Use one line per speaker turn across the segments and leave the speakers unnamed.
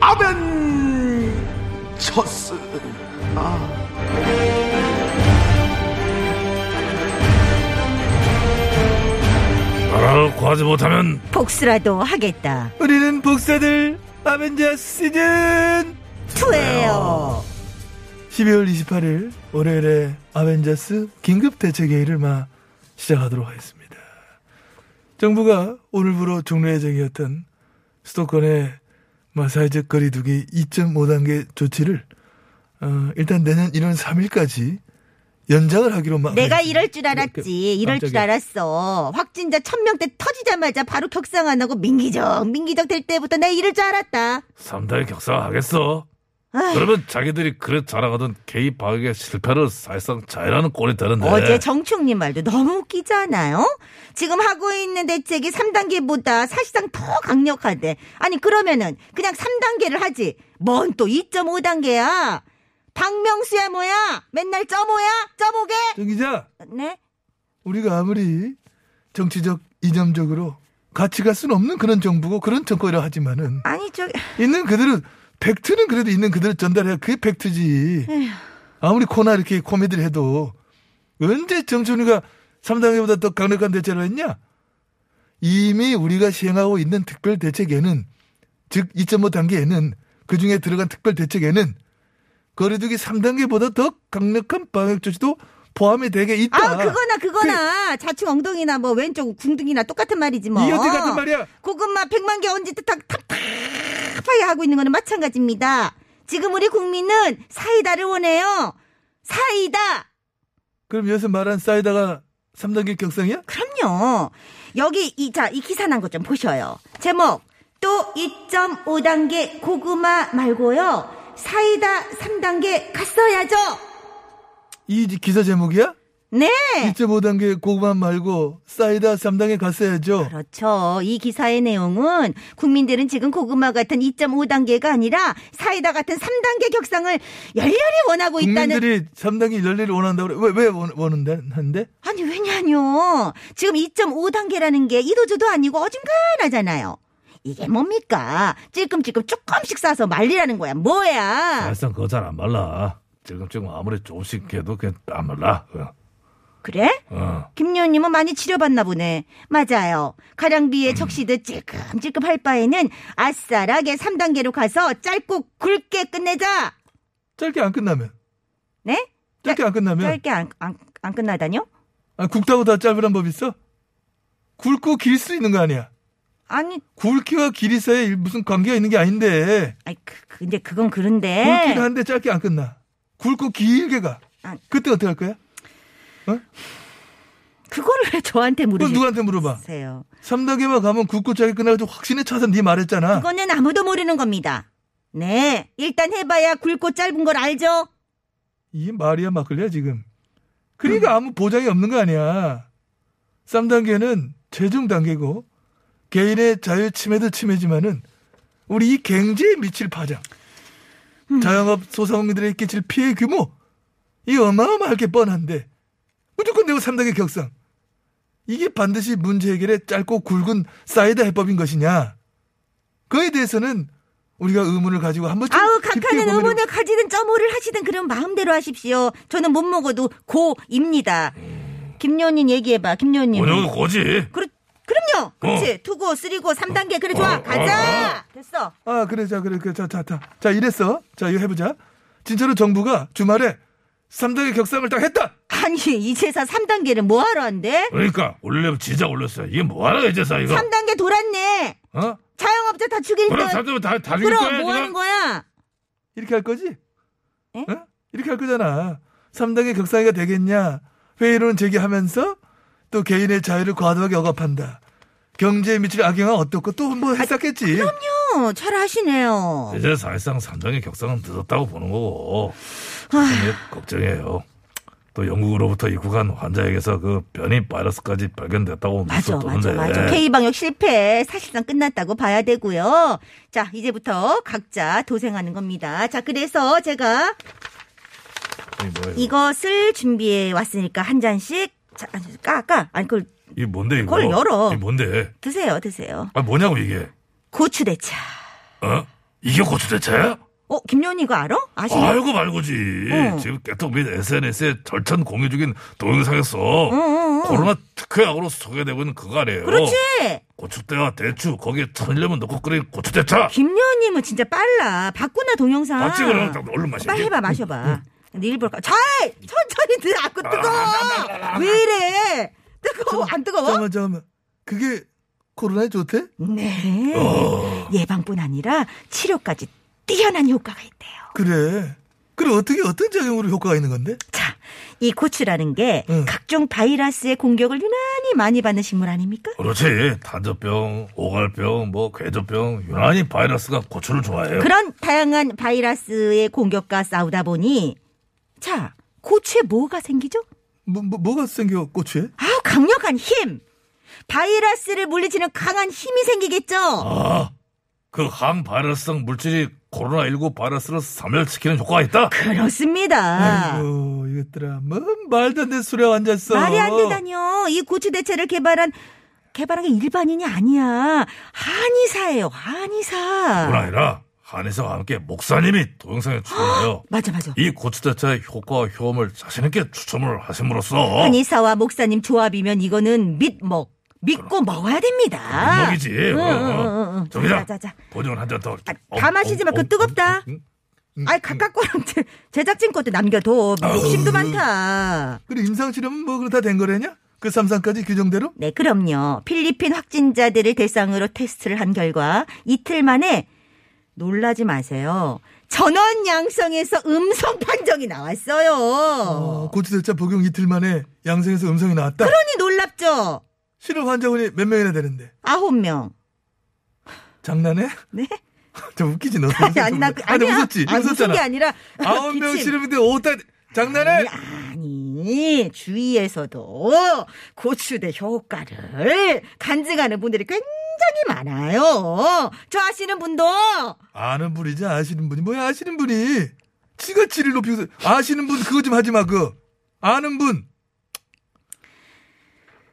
아벤처스.
나라를 구하지 못하면
복수라도 하겠다.
우리는 복사들 아벤져스 시즌
투에요.
12월 28일 월요일에 아벤져스 긴급 대책회의를 막 시작하도록 하겠습니다. 정부가 오늘부로 종료 예정이었던 수도권의 막 사회적 거리두기 2.5단계 조치를 어, 일단 내년 1월 3일까지 연장을 하기로 막
내가
하겠습니다.
이럴 줄
이렇게
알았지. 이럴 줄
깜짝이야.
알았어. 확진자 1000명대 터지자마자 바로 격상 안 하고 민기적, 민기적 될 때부터 내가 이럴 줄 알았다.
3달 격상하겠어.
아휴.
그러면 자기들이 그래 자랑하던 개입 방역의 실패를 사실상 자연하는 꼴이 되는데
어제 정충님 말도 너무 웃기지 않아요? 지금 하고 있는 대책이 3단계보다 사실상 더 강력하대. 아니, 그러면은 그냥 3단계를 하지. 뭔 또 2.5단계야? 박명수야 뭐야? 맨날 점오야? 점오게?
정 기자
네?
우리가 아무리 정치적 이념적으로 같이 갈 수는 없는 그런 정부고 그런 정권이라 하지만은
아니, 저기.
있는 그대로 팩트는 그래도 있는 그대로 전달해야 그게 팩트지. 아무리 코나 이렇게 코미디를 해도 언제 정춘이가 3단계보다 더 강력한 대책을 했냐? 이미 우리가 시행하고 있는 특별 대책에는 즉 2.5 단계에는 그 중에 들어간 특별 대책에는 거리두기 3단계보다 더 강력한 방역 조치도 포함이 되게 있다.
아, 그거나 그거나 자충 엉덩이나 뭐 왼쪽 궁둥이나 똑같은 말이지 뭐.
이게 어떻게 같은 말이야?
고구마 100만 개 얹은 듯 탑탑하게 하고 있는 거는 마찬가지입니다. 지금 우리 국민은 사이다를 원해요. 사이다.
그럼 여기서 말한 싸이다가 3단계 격상이야?
그럼요. 여기 이 자 이 기사 난 것 좀 보셔요. 제목 또 2.5단계 고구마 말고요. 사이다 3단계 갔어야죠.
이 지- 기사 제목이야?
네.
2.5단계 고구마 말고 싸이다 3단계 갔어야죠.
그렇죠. 이 기사의 내용은 국민들은 지금 고구마 같은 2.5단계가 아니라 사이다 같은 3단계 격상을 열렬히 원하고 있다는.
국민들이 3단계 열리를 원한다 그래. 왜, 왜 원, 원한다, 한데?
아니, 왜냐뇨. 지금 2.5단계라는 게 이도저도 아니고 어중간하잖아요. 이게 뭡니까? 찔끔찔끔 조금씩 싸서 말리라는 거야. 뭐야?
사실상 그거 잘 안 말라. 지금 지금 아무리 조금씩 해도 그냥 안 말라. 어.
그래?
어.
김여원님은 많이 치료받나 보네. 맞아요.
음.
가량비에 적시듯 찔끔찔끔 할 바에는 아싸라게 3단계로 가서 짧고 굵게 끝내자!
짧게 안 끝나면.
네?
짧게 안 끝나면.
짧게 안, 안, 안 끝나다뇨?
아, 굵다고 다 짧으란 법 있어? 굵고 길 수 있는 거 아니야?
아니,
굵기와 길이 사이에 일- 무슨 관계가 있는 게 아닌데.
아이, 그, 근데 그건 그런데.
굵기는 한데 짧게 안 끝나. 굵고 길게 가.
아.
그때 어떻게 할 거야?
그거를 왜 저한테
그럼
물으세요?
누구한테 물어봐. 3단계만 가면 굵고 짧게 끝나가지고 확신에 차서 네 말했잖아.
그거는 아무도 모르는 겁니다. 네. 일단 해봐야 굵고 짧은 걸 알죠?
이 말이야 막걸리야 지금.
음.
그러니까 아무 보장이 없는 거 아니야. 3단계는 최종 단계고 개인의 자유 침해도 침해지만은 우리 이 경제에 미칠 파장,
음.
자영업 소상공인들에 끼칠 피해 규모 이 어마어마할 게 뻔한데 무조건 내고 3단계 격상. 이게 반드시 문제 해결의 짧고 굵은 사이다 해법인 것이냐? 그에 대해서는 우리가 의문을 가지고 한 번쯤
아우,
깊게
각하는
고민해
의문을 가지든 점호를 하시든 그런 마음대로 하십시오. 저는 못 먹어도 고입니다. 김여원님 얘기해봐, 김여원님.
어, 원형은 거지.
그렇, 그럼요! 그렇지. 투고, 쓰리고, 3단계. 그래, 좋아.
어,
가자! 됐어.
아 그래 자 그래 그래 자자 자. 자 이랬어 자 이거 해보자 진짜로 정부가 주말에 3등의 격상을 딱 했다
아니, 이제사 3단계를 뭐하러 한대?
그러니까 올려 진짜 올렸어. 이게 뭐하라 이제서 이거.
3단계 돌았네.
어?
자영업자 다 죽일 듯.
그럼 사람들 다다 죽일 거야
그럼 뭐
지금.
하는 거야?
이렇게 할 거지
에?
어? 이렇게 할 거잖아 3등의 격상이가 되겠냐 회의론 제기하면서 또 개인의 자유를 과도하게 억압한다 경제에 미칠 악영향 어떻고 또 뭐 했었겠지
잘하시네요.
이제 사실상 삼정의 격상은 늦었다고 보는 거고 이게 걱정이에요. 또 영국으로부터 입국한 환자에게서 그 변이 바이러스까지 발견됐다고
맞아, 맞아,
뉴스떴는데 예.
맞아. K방역 실패 사실상 끝났다고 봐야 되고요. 자, 이제부터 각자 도생하는 겁니다. 자, 그래서 제가
이게 뭐예요?
이것을 준비해 왔으니까 한 잔씩 자, 아니, 까, 까. 아니, 그걸
이게 뭔데 이거?
그걸 열어.
이게 뭔데?
드세요, 드세요.
아 뭐냐고 이게?
고추대차.
어? 이게 고추대차야?
어, 김연이 이거 알아? 아시나요?
알고 말고지.
어.
지금 깨톡 및 SNS에 절찬 공유 중인 동영상에서
어, 어.
코로나 특허약으로 소개되고 있는 그거 아니에요.
그렇지!
고추대와 대추 거기에 천일염을 넣고 끓인 고추대차.
김연님은 진짜 빨라. 봤구나, 동영상.
맞지 그럼 딱 얼른 마시게.
빨리 해봐, 마셔봐. 근데 일볼까? 잘! 천천히 들 음. 아고 아, 뜨거워! 왜 이래? 뜨거워, 안 뜨거워?
잠깐만, 잠깐만. 그게 코로나에 좋대?
네.
어,
예방뿐 아니라 치료까지 뛰어난 효과가 있대요.
그래. 그럼 어떻게, 어떤 작용으로 효과가 있는 건데?
자, 이 고추라는 게
응.
각종 바이러스의 공격을 유난히 많이 받는 식물 아닙니까?
그렇지. 단저병, 오갈병, 뭐 괴저병 유난히 바이러스가 고추를 좋아해요.
그런 다양한 바이러스의 공격과 싸우다 보니 자, 고추에 뭐가 생기죠?
뭐, 뭐, 뭐가 생겨, 고추에?
아, 강력한 힘. 바이러스를 물리치는 강한 힘이 생기겠죠?
아, 그 항바이러스성 물질이 코로나19 바이러스를 사멸시키는 효과가 있다.
그렇습니다.
아이고, 이것들아. 뭐, 말도 안 되는 소리 하고 앉았어.
말이 안 되다니요. 이 고추 대체를 개발한 개발한 게 일반인이 아니야. 한의사예요. 한의사.
뿐 아니라 한의사와 함께 목사님이 동영상에 출연해요.
맞아 맞아.
이 고추대차의 효과와 효험을 자신있게 추첨을 하심으로써
한의사와 목사님 조합이면 이거는 믿먹 믿고 먹어야 됩니다.
목이지.
아.
어,
응, 응, 응, 응.
저기다.
자, 자, 자.
보정 한잔 더.
아, 다 마시지 마. 그 뜨겁다. 아이 각각 거랑 제- 제작진 것도 남겨둬. 욕심도 많다.
그래, 임상실험은 뭐, 그렇다 된 거래냐? 그 삼상까지 규정대로?
네, 그럼요. 필리핀 확진자들을 대상으로 테스트를 한 결과 이틀 만에 놀라지 마세요. 전원 양성에서 음성 판정이 나왔어요.
어, 고추대차 복용 이틀 만에 양성에서 음성이 나왔다?
그러니 네, 놀랍죠?
실험 환자분이 몇 명이나 되는데?
아홉 명.
장난해?
네?
저 웃기지, 너.
아니, 아니, 나, 그-
아니,
아니야.
웃었지?
아니, 웃은 게
웃었잖아.
아니라.
아홉 명
기침.
실험인데 오다 장난해?
아니, 아니, 주위에서도 고추대 효과를 간증하는 분들이 굉장히 많아요. 저 아시는 분도
아는 분이지 아시는 분이 뭐야 아시는 분이 지가 질을 높이고 아시는 분 그거 좀 하지 마 그거 아는 분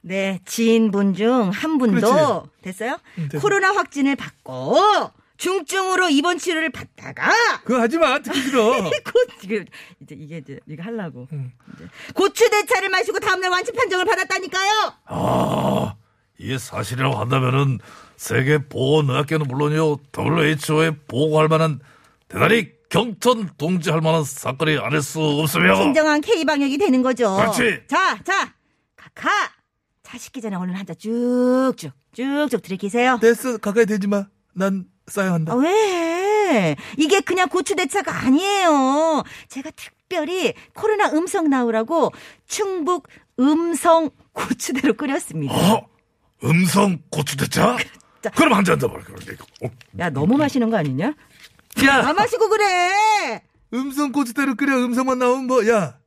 네, 지인분 중 한 분도
그렇지.
됐어요?
응, 됐어.
코로나 확진을 받고 중증으로 입원 치료를 받다가
그거 하지 마 듣기 싫어
곧 지금 이제 이게 이제 이거 하려고
응.
음.
이제 고추 대차를 마시고 다음날 완치 판정을 받았다니까요.
아, 이게 사실이라고 한다면은 세계 보건의학계는 물론이요 WHO에 보고할 만한 대단히 경천 동지할 만한 사건이 아닐 수 없으며
진정한 K 방역이 되는 거죠.
어. 그렇지.
자, 자, 카카. 자 식기 전에 얼른 한잔 쭉쭉 쭉쭉
네.
들이키세요.
됐어 가까이 대지 마난 싸야
아,
한다
왜? 이게 그냥 고추 대차가 아니에요. 제가 특별히 코로나 음성 나오라고 충북 음성 고추대로 끓였습니다.
어? 음성 고추대차? 그럼 한 잔 더 먹을게요. 어,
야, 너무 마시는 거 아니냐? 다 마시고 그래.
음성 고추대로 끓여 음성만 나오면 뭐야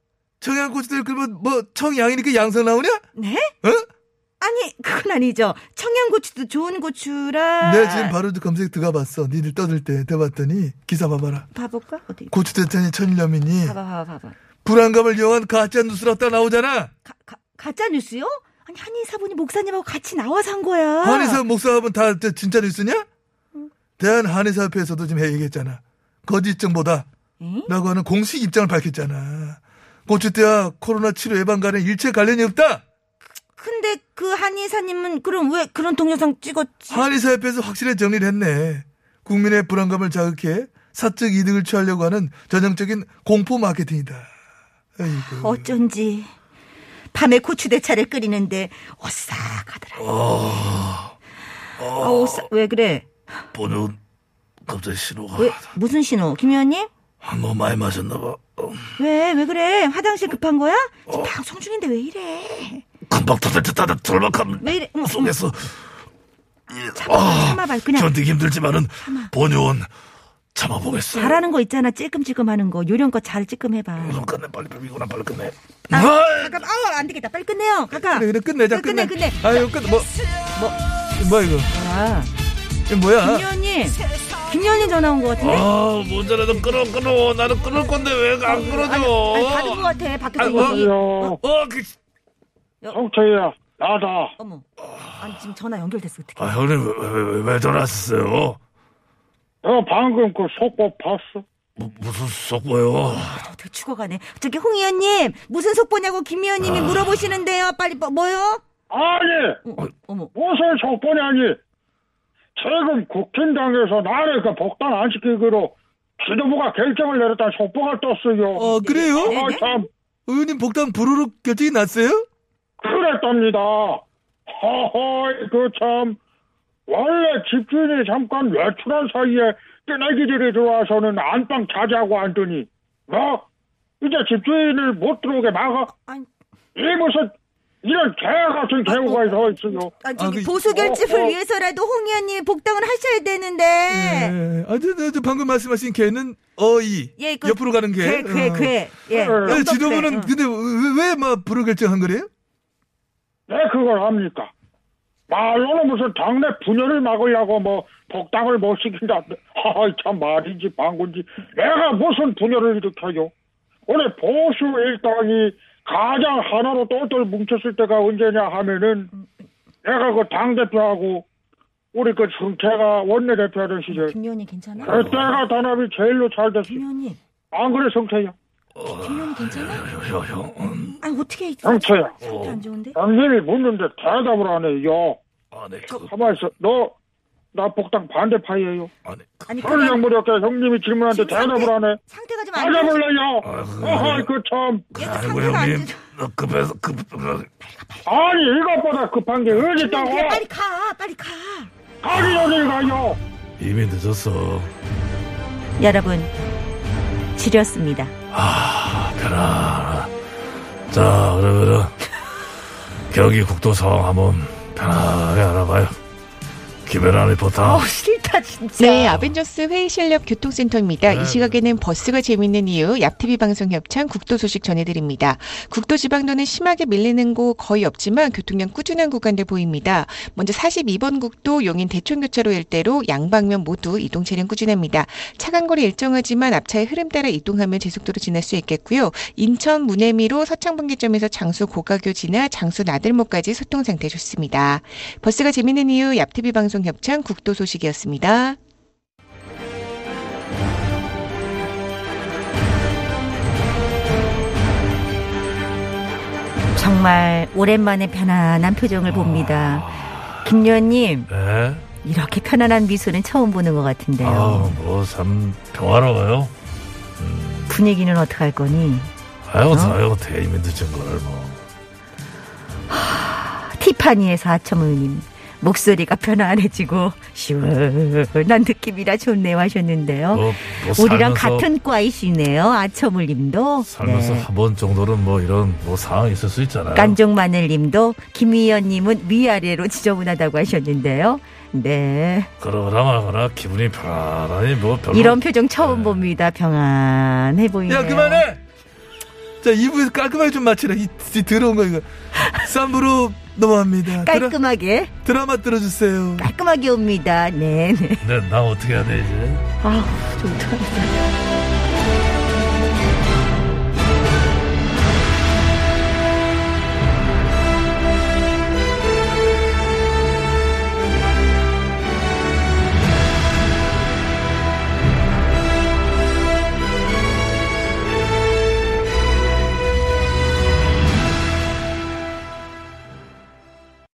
청양 고추대로 끓으면 뭐 청양이니까 양성 나오냐
네?
어?
아니, 그건 아니죠. 청양고추도 좋은 고추라.
내가 네, 지금 바로 검색 들어가봤어 니들 떠들 때 대봤더니 기사 봐봐라
봐볼까? 어디?
고추대차니 천일염이니
봐봐, 봐봐, 봐봐.
불안감을 이용한 가짜 뉴스라 딱 나오잖아
가, 가, 가짜 뉴스요? 아니 한의사분이 목사님하고 같이 나와서 한 거야.
한의사 목사업은 다 저- 진짜 뉴스냐?
음.
대한 한의사협회에서도 지금 얘기했잖아. 거짓 정보다.
응?
라고 하는 공식 입장을 밝혔잖아. 고추대와 코로나 치료 예방과는 일체 관련이 없다.
근데 그 한의사님은 그럼 왜 그런 동영상 찍었지?
아. 한의사협회에서 확실히 정리를 했네. 국민의 불안감을 자극해 사적 이득을 취하려고 하는 전형적인 공포 마케팅이다. 아이고.
어쩐지 밤에 고추대차를 끓이는데 오싹하더라.
어,
어.
아, 오싹 왜 그래?
번역은 아, 갑자기
아.
신호가
왜 무슨 신호? 김 의원님?
한거 많이 마셨나 봐. 어,
왜, 왜 그래? 화장실 급한 거야?
어.
지금 방송 중인데 왜 이래?
금방 터질 듯하다 절박함
왜 이래? 어머,
속에서
참아봐 그냥
견디기 힘들지만은 본요원 참아보겠어요.
잘하는 거 있잖아 찔끔찔끔하는 거 요령껏 잘 찔끔해봐.
우선 끝내 빨리 빨리 이거나 빨리 끝내.
아,
아이,
잠깐 어, 아안 되겠다 빨리 끝내요 가까.
그래, 그래, 끝내자,
끝내
끝내.
끝내.
아유, 끝, 뭐, 뭐, 뭐야, 이거.
뭐야?
이거 뭐야?
김연이 김연이 전화 온 거
어.
같은데.
아 모자라도 끊어 끊어. 나는 끊을 건데 왜 안 끊어져?
아니, 받은 거 같아 밖에서
아이고.
얘기.
요
어, 그,
어, 저희야. 나다.
어머. 아니 지금 전화 연결됐어 어떻게?
아 형님 왜왜 왜, 왜 전화하셨어요?
어, 방금 그 속보 봤어.
무, 무슨 속보요?
어떻게 죽어가네. 저기 홍 의원님 무슨 속보냐고 김 의원님이
아.
물어보시는데요. 빨리 뭐, 뭐요?
아니,
어, 어머.
무슨 속보냐니. 최근 국힘당에서 나를 그 복단 안 시키기로 지도부가 결정을 내렸다는 속보가 떴어요.
어, 그래요?
네,
아, 참,
의원님 복당 부르르 결정이 났어요?
그랬답니다. 허허이, 그 참. 원래 집주인이 잠깐 외출한 사이에 뜨내기들이 들어와서는 안방 차지하고 앉더니, 뭐? 이제 집주인을 못 들어오게 막아?
아니,
이 무슨 이런 개 같은 개우가 서 있어요.
아니 저기
아, 그-
보수 결집을
어, 어.
위해서라도 홍 의원님 복당을 하셔야 되는데.
예. 아, 저, 저, 저 방금 말씀하신 개는 어이.
네. 예, 그-
옆으로 가는 개.
그래, 그래,
어.
그래. 예.
어.
예,
영덕
지도부는
그래.
근데 왜막 부르 결정한 거래요?
왜 그걸 합니까? 말로는 무슨 당내 분열을 막으려고 뭐 복당을 못 시킨다. 하이 참 말인지 방군지 내가 무슨 분열을 일으켜요? 오늘 보수 일당이 가장 하나로 똘똘 뭉쳤을 때가 언제냐 하면은 내가 그 당 대표하고 우리 그 승태가 원내 대표하던
어.
시절
김 의원님 괜찮아?
그때가 단합이 제일로 잘 됐어.
김 의원님,
안 그래 승태야?
김 의원님 괜찮아?
어, 형, 형, 음,
아니 어떻게 이
승태야.
상태 안 좋은데?
남님이 묻는데 대답을 안 해요.
안에 그,
가만 있어. 너, 나 복당 반대파이에요.
안에 그,
아니 그
설령 무렵게 형님이 질문하는데
지금 상태-
대답을 안 해.
상태가 좀 안 좋아.
맞아볼래요?
아이고.
어허, 그 참.
아이고
상태가 안
형님,
좋아.
나 급해서 급, 그, 급,
아니, 이것보다 급한 게 어디 있다고?
그래, 빨리 가, 빨리 가.
가기 전에 가요.
이미 늦었어.
여러분 지렸습니다.
편안. 자, 그러면은 경기 국도 상황 한번 편하게 알아봐요. 김연아 리포터.
어 싫다 진짜.
네, 아벤져스 회의 실력 교통센터입니다. 이 시각에는 버스가 재밌는 이유, 얍TV 방송 협찬 국도 소식 전해드립니다. 국도 지방도는 심하게 밀리는 곳 거의 없지만 교통량 꾸준한 구간들 보입니다. 먼저 42번 국도 용인 대촌교차로 일대로 양방면 모두 이동 차량 꾸준합니다. 차간거리 일정하지만 앞차의 흐름 따라 이동하면 제속도로 지날 수 있겠고요. 인천 문해미로 서창분기점에서 장수 고가교 지나 장수 나들목까지 소통 상태 좋습니다. 버스가 재밌는 이유 얍TV 방송 협찬 국도 소식이었습니다.
정말 오랜만에 편안한 표정을 봅니다. 김 의원님
네.
이렇게 편안한 미소는 처음 보는 것 같은데요.
아, 뭐참 평화로워요.
분위기는 어떡할 거니? 어?
아유, 아유, 대이미 늦은 걸 뭐.
티파니의 사첨의님 목소리가 편안해지고 시원한 느낌이라 좋네요 하셨는데요.
뭐, 뭐
어? 우리랑
살면서-
같은 네. 과이시네요. 아첨을님도
살면서 한 번 정도는 뭐 이런 뭐 상황이 있을 수 있잖아요.
깐종마늘님도 김희연님은 위아래로 지저분하다고 하셨는데요. 네
그러거나 말거나 기분이 편안하니 뭐 별로
이런 표정 처음 봅니다. 평안해 보이네요.
네. 야, 그만해! 자, 2부에서 깔끔하게 좀 마치라. 이, 이 더러운 거, 이거. 3부로 넘어갑니다. 드라,
깔끔하게
드라마 들어주세요.
깔끔하게 옵니다. 네 네.
근데 나 어떻게 해야 되지?
아우 좋다.